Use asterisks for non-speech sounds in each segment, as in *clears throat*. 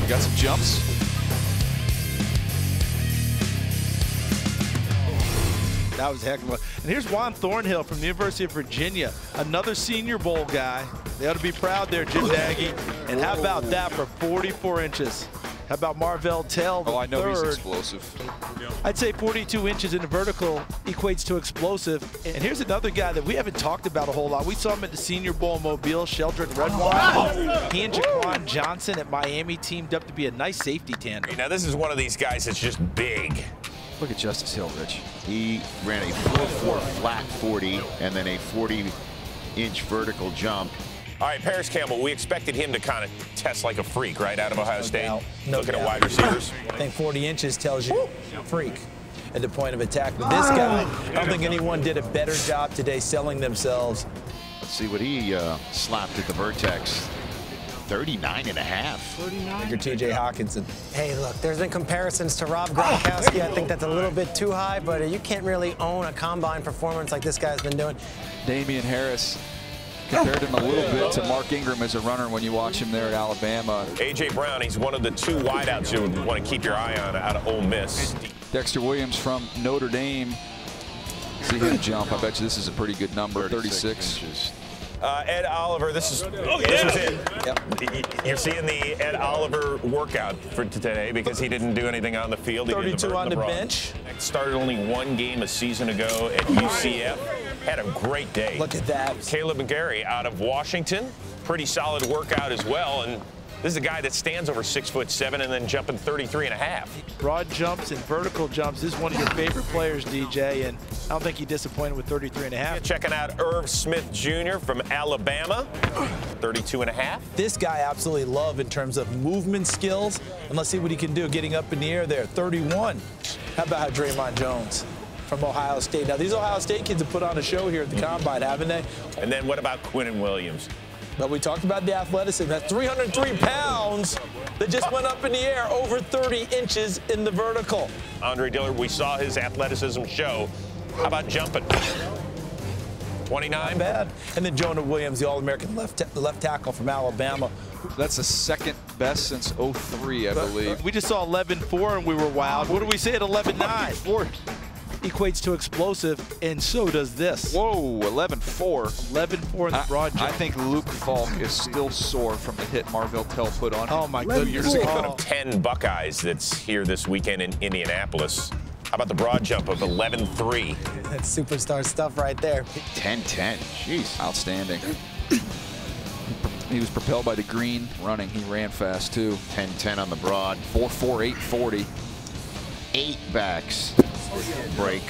We got some jumps. That was a heck of a. And here's Juan Thornhill from the University of Virginia, another Senior Bowl guy. They ought to be proud there, Jim Nagy. And how about that for 44 inches? How about Marvell Tell? Oh, I know he's third? explosive. I'd say 42 inches in the vertical equates to explosive. And here's another guy that we haven't talked about a whole lot. We saw him at the Senior Bowl in Mobile, Sheldrick Redwine. He and Jaquan Johnson at Miami teamed up to be a nice safety tandem. You know, this is one of these guys that's just big. Look at Justice Hill, Rich. He ran a 4-4 flat 40 and then a 40-inch vertical jump. All right, Paris Campbell, we expected him to kind of test like a freak, right, out of Ohio State. doubt. No Looking at doubt. wide receivers. I think 40 inches tells you freak at the point of attack. But this guy, Ah! I don't think anyone did a better job today selling themselves. Let's see what he uh, slapped at the vertex. 39 and a half. Your T.J. Hawkinson. Hey, look, there's been comparisons to Rob Gronkowski. I think that's a little bit too high, but uh, you can't really own a combine performance like this guy's been doing. Damian Harris compared him a little bit to Mark Ingram as a runner when you watch him there at Alabama. A.J. Brown, he's one of the two wideouts you would want to keep your eye on out of Ole Miss. Dexter Williams from Notre Dame. See him jump. I bet you this is a pretty good number, 36. inches. Uh, Ed Oliver, this is this was it. You're seeing the Ed Oliver workout for today because he didn't do anything on the field. He did 32 on the broad. bench. Started only one game a season ago at UCF. Had a great day. Look at that. Caleb McGarry out of Washington. Pretty solid workout as well. And this is a guy that stands over six foot seven and then jumping 33 and a half. Broad jumps and vertical jumps. This is one of your favorite players, DJ, and I don't think he disappointed with 33 and a half. Checking out Irv Smith Jr. from Alabama, 32 and a half. This guy I absolutely love in terms of movement skills. And let's see what he can do getting up in the air there. 31. How about how Draymond Jones from Ohio State? Now, these Ohio State kids have put on a show here at the combine, haven't they? And then what about Quinnen Williams? But we talked about the athleticism. That's 303 pounds that just went up in the air over 30 inches in the vertical. Andre Dillard, we saw his athleticism show. How about jumping? 29. Bad. And then Jonah Williams, the All-American left, ta- left tackle from Alabama. That's the second best since 03, I believe. We just saw 11-4 and we were wild. What do we say at 11-9? Four equates to explosive, and so does this. Whoa, 11-4. 11-4 in the I, broad jump. I think Luke Falk is still sore from the hit Marvell Tell put on him. Oh my Two years goodness. ago. Oh. 10 Buckeyes that's here this weekend in Indianapolis. How about the broad jump of 11 3? That's superstar stuff right there. 10-10. Jeez. Outstanding. *clears throat* he was propelled by the green running. He ran fast too. 10-10 on the broad. 44840. Eight backs. Break.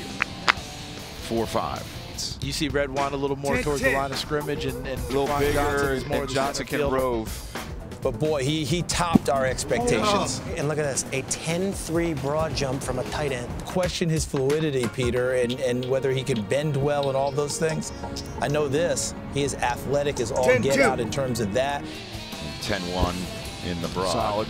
4-5. You see Red Wine a little more towards the line of scrimmage, and, and A little Juan Johnson bigger is more and the center Johnson can fielder. rove. But boy, he, he topped our expectations. And look at this, a 10-3 broad jump from a tight end. Question his fluidity, Peter, and, and whether he could bend well and all those things. I know this. He is athletic as all get out in terms of that. 10-1 in the broad. Solid.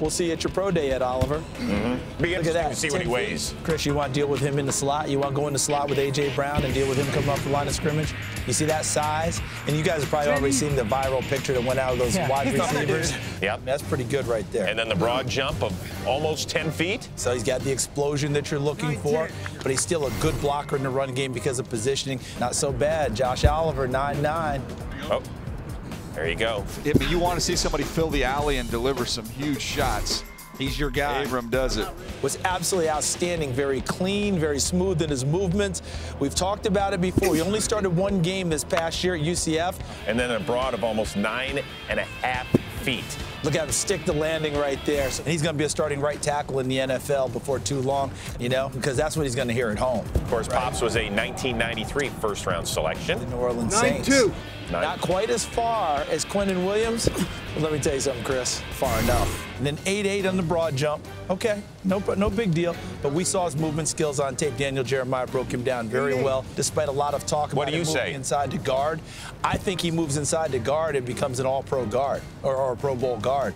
We'll see you at your pro day, Ed Oliver. Be Look at interesting that. to see what he 10 weighs. Chris, you want to deal with him in the slot? You want to go in the slot with A.J. Brown and deal with him coming off the line of scrimmage? You see that size? And you guys have probably already seen the viral picture that went out of those wide receivers. Yep. That's pretty good right there. And then the broad jump of almost 10 feet. so he's got the explosion that you're looking for, but he's still a good blocker in the run game because of positioning. Not so bad. Josh Oliver, 9-9. Oh, there you go. I mean, you want to see somebody fill the alley and deliver some huge shots. He's your guy. Abram does it. was absolutely outstanding, very clean, very smooth in his movements. We've talked about it before. He only started one game this past year at UCF. And then a broad of almost nine and a half feet. Look at him stick the landing right there. So he's going to be a starting right tackle in the NFL before too long, you know, because that's what he's going to hear at home. Of course, Pops was a 1993 first round selection. New Orleans Saints. Nine- Not quite as far as Quentin Williams. *coughs* But let me tell you something, Chris. Far enough. And then 8-8 on the broad jump. Okay, no, no big deal. But we saw his movement skills on tape. Daniel Jeremiah broke him down very well, despite a lot of talk about What do him you moving say? inside to guard. I think he moves inside to guard and becomes an all-pro guard or, or a Pro Bowl guard.